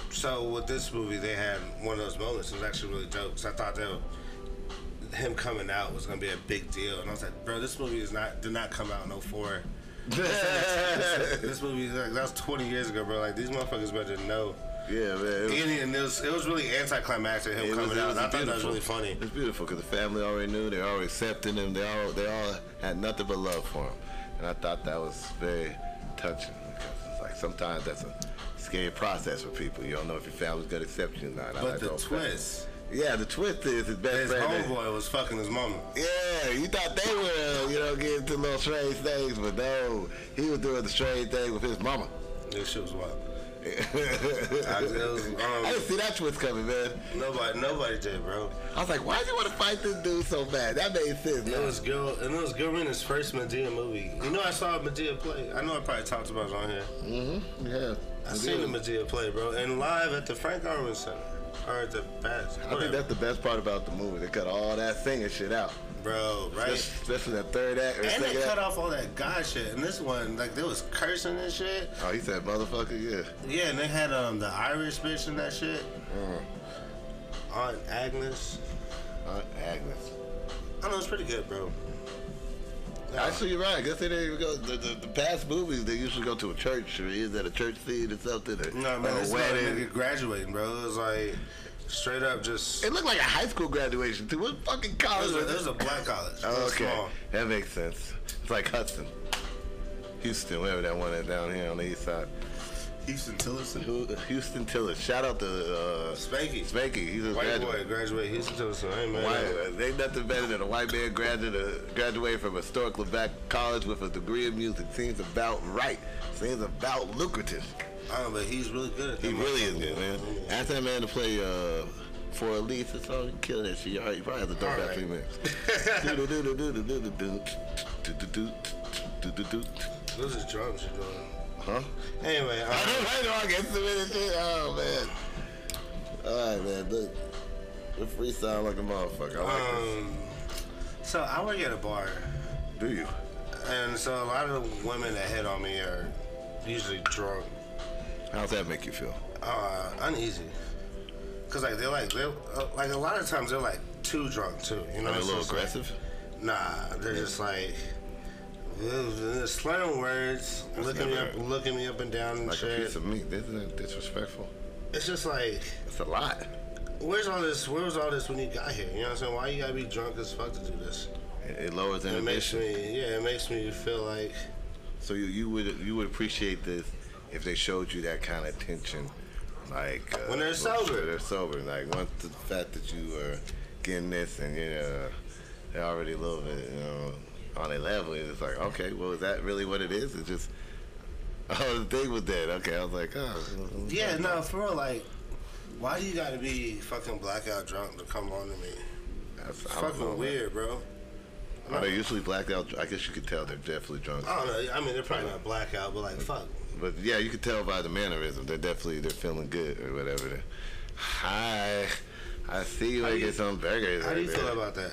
so with this movie, they had one of those moments. It was actually really dope. 'cause I thought that him coming out was gonna be a big deal, and I was like, "Bro, this movie is not did not come out in 04. this movie is like that was 20 years ago, bro. Like these motherfuckers better know." yeah, man. It was, And, and it was it was really anticlimactic him it coming was- it out. was and I thought that was beautiful. really funny. It's beautiful because the family already knew. They already accepting him. They all they all had nothing but love for him, and I thought that was very touching because it's like sometimes that's a scary process for people. You don't know if your family's gonna accept you or not. I like But the those twist. Yeah, the twist is his best His friend. homeboy was fucking his mama. Yeah, you thought they were, you know, getting to little strange things, but no, he was doing the strange thing with his mama. This shit was wild. I, it I was, didn't um, see that twist coming, man. nobody, nobody did, bro. I was like, why do you want to fight this dude so bad? That made sense. It man. was Gil, and it was Gilman's first Medea movie. You know, I saw Medea play. I know I probably talked about it on here. Mm-hmm. Yeah. I seen the Medea play, bro, and live at the Frank Armin Center or at the Bats. I think that's the best part about the movie. They cut all that singing shit out, bro, right? especially that third act or And they second cut act. off all that God shit. And this one, like, there was cursing and shit. Oh, he said, motherfucker, yeah. Yeah, and they had um the Irish bitch and that shit. Mm. Aunt Agnes. Aunt Uh, Agnes. I know it's pretty good, bro. Yeah. Actually, you're right. I guess they didn't even go. The, the, the past movies, they usually go to a church, or is at a church scene or something, or, No, man, this or a is about a wedding. nigga graduating, bro. It was like straight up just. It It looked like a high school graduation, too. What fucking college was a, was it was this? a black college. It Oh, was okay. small. That makes sense. It's like Hudson. Houston, whatever that one is down here on the east side. Houston Tillerson. Who- Houston Tiller. Shout out to uh, Spanky. Spanky. He's a White graduate. boy graduated Houston Tillerson. Hey, man. Why, uh, ain't nothing better than a white man graduate, uh, graduating from a historically black college with a degree in music. Seems about right. Seems about lucrative. I don't know, but he's really good at that. He really is motherfucker. good, man. Ask that man to play uh, for Elise or something. Kill that shit. All right, you probably have to throw All that right. three minutes. Those is drums you're doing. Huh? Anyway, I um, don't know. I guess the minute shit. Oh man. All right, man. Look, the freestyle like a motherfucker. I like um, so I work at a bar, Uh. this. Do you? and so a lot of the women that hit on me are usually drunk, How's that make you feel? uh, uneasy. Cause like they're like they're uh, like a lot of times they're like too drunk too. You know, Are they a It's little just like- aggressive? Nah, they're just like they're slurring words, looking me up, never- looking me up and down and Like a shit. piece of meat. Isn't that disrespectful? it's just like, It's a lot. where's all this? Where was all this when you got here? You know what I'm saying? Why you gotta be drunk as fuck to do this? It, it lowers It makes inhibition. me, yeah, it makes me feel like, So you, you would you would appreciate this if they showed you that kind of attention, like uh, When they're sober. They're sober. Like once the fact that you are getting this and you know they're already a little bit you know on a level. It's like okay, well is that really what it is? It's just oh the thing was dead. Okay, I was like oh yeah, no, for real, like, why do you gotta be fucking blackout drunk to come on to me? that's It's I don't know, fucking weird, bro. Man. Are they usually blacked out? I guess you could tell they're definitely drunk. I don't know. I mean, they're probably not blackout, but like, fuck. But yeah, you can tell by the mannerism. They're definitely they're feeling good or whatever. They're, Hi, I see you making some burgers. How do you right feel there." about that?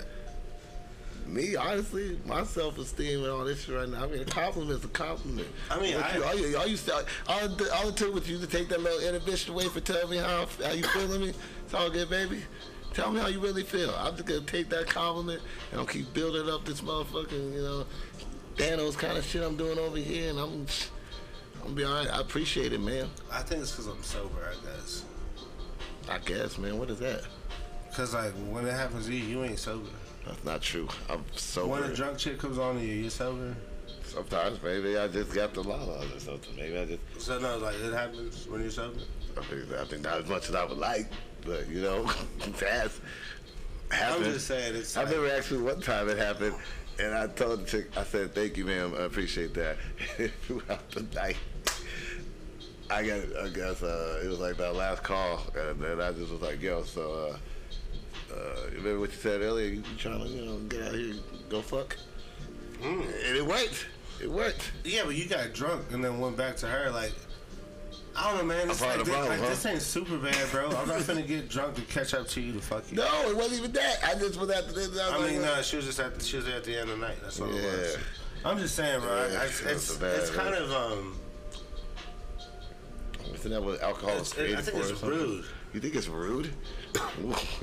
me? Honestly, my self esteem and all this shit right now. I mean, a compliment's a compliment. I mean, What I- you, all you, all you all, all, it- all it took was you to take that little inhibition away for telling me how how you feeling me. It's all good, baby. Tell me how you really feel. I'm just gonna take that compliment and I'll keep building up this motherfucking, you know, Thanos kind of shit I'm doing over here, and I'm. I'm gonna be alright. I appreciate it, man. I think it's because I'm sober, I guess. I guess, man. What is that? Cause like when it happens to you, you ain't sober. That's not true. I'm When sober. a drunk chick comes on to you, you sober. Sometimes maybe I just got the lala or something. Maybe I just So no, like it happens when you're sober. I think I think not as much as I would like, but you know, that's happened. just saying, it's I like- remember actually one time it happened, and I told the chick, I said, "Thank you, ma'am. I appreciate that." Throughout the night, I got, I guess uh, it was like that last call, and then I just was like, "Yo, so uh, uh, you remember what you said earlier? You, you trying to you know get out here, and go fuck?" Hmm. And it worked. It worked. Yeah, but you got drunk and then went back to her. Like I don't know, man. This, I'm like, part of the this, problem, like, huh? this ain't super bad, bro. I'm not finna get drunk to catch up to you to fuck you. No, it wasn't even that. I just was at the. I, was I like, mean, no, she was just at she was there at the end of the night. That's all it was. Yeah. I'm just saying, bro. I, Yeah, I, it's she was it's, a bad it's kind bitch. of um. Isn't that what alcohol It's- is it- created I think for? it's or something? rude. You think it's rude?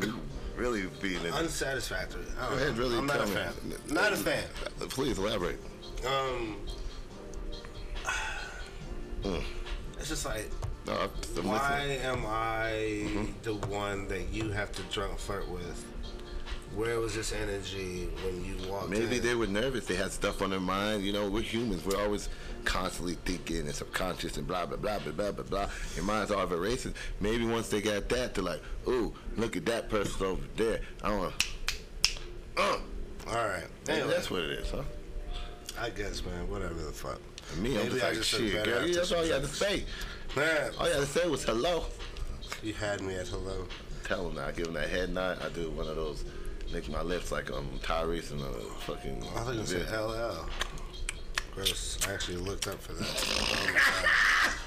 You really being in Unsatisfactory. I Go don't ahead, know. really I'm not a tell me. fan. Not a fan. Please elaborate. Um, it's just like No, I'm, Mm. I'm Mm-hmm. Why listening. am I the one that you have to drunk flirt with? Where was this energy when you walked Maybe in? they were nervous. They had stuff on their mind. You know, we're humans. We're always constantly thinking and subconscious and blah blah blah blah blah blah blah. Your mind's all racing. Maybe once they got that, they're like, "Ooh, look at that person over there. I want." Uh, All right. maybe Anyway, that's what it is, huh? I guess, man. Whatever the fuck. To me, I'm Maybe just I like, just am shit, better girl. after you- That's all you had to sex. say. Man, All you had to say was hello. you had me at hello. tell him that. I give him that head nod. I do one of those, lick my lips like um Tyrese and uh, fucking. I think it said Yeah. LL. Gross. I actually looked up for that. Oh my god.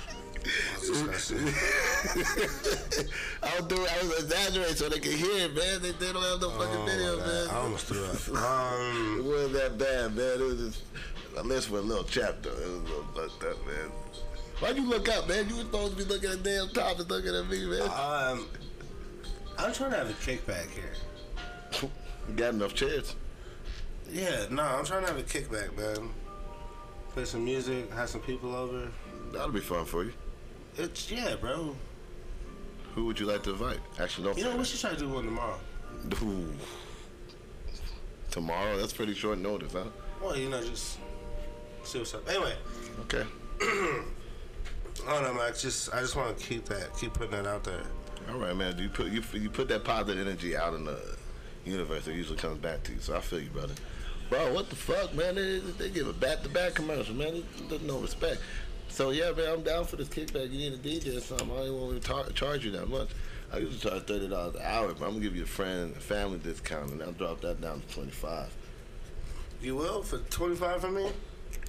That's disgusting. I'll do it. I was exaggerating so they can hear it, man. They, they don't have no fucking Oh my video, God, man. I almost threw up. Um, It wasn't that bad, man. It was just my lips were a little chapped though. It was a little fucked up, man. Why'd you look up, man? You were supposed to be looking at damn top and looking at me, man. um, I'm trying to have a kickback here. you got enough chairs. Yeah, no, I'm trying to have a kickback, man. Play some music, have some people over. That'll be fun for you. It's yeah, bro. Who would you like to invite? Actually, don't. You know, say we that. should try to do one tomorrow. Ooh. Tomorrow? That's pretty short notice, huh? Well, you know, just see what's up. Anyway, Okay. I don't know, man. I just I just want to keep that, keep putting that out there. All right, man. You put you, you put that positive energy out in the universe. It usually comes back to you. So I feel you, brother. Bro, what the fuck, man? They, they give a back-to-back commercial, man. There's no respect. So yeah, man, I'm down for this kickback. You need a DJ or something. I ain't want to tar- charge you that much. I used to charge thirty dollars an hour, but I'm gonna give you a friend, a family discount, and I'll drop that down to twenty-five. You will for twenty five for me?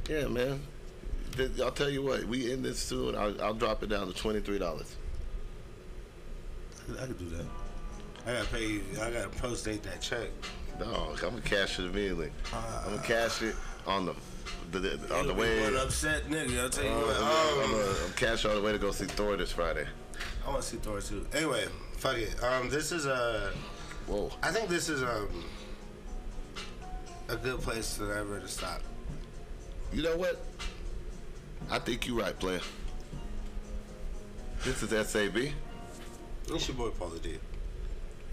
Yeah, man. Th- I'll tell you what. We end this soon. I'll, I'll drop it down to twenty-three dollars. I could do that. I gotta pay you. I gotta post date that check. No, I'm gonna cash it immediately. I'm gonna cash it on the, the, the on You'll the Uh, be way. Oh, one upset nigga. I'll tell you I'm, what. gonna- I'm, Um, gonna- I'm cash on the way to go see Thor this Friday. I want to see Thor too. Anyway, fuck it. Um, this is a. Whoa. I think this is um a good place to ever to stop. You know what? I think you're right, player. This is SAB. It's your boy Paul the D.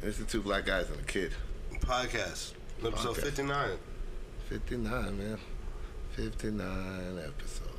This is two black guys and a kid. Podcast episode Podcast. fifty nine. 59, man. 59 episodes.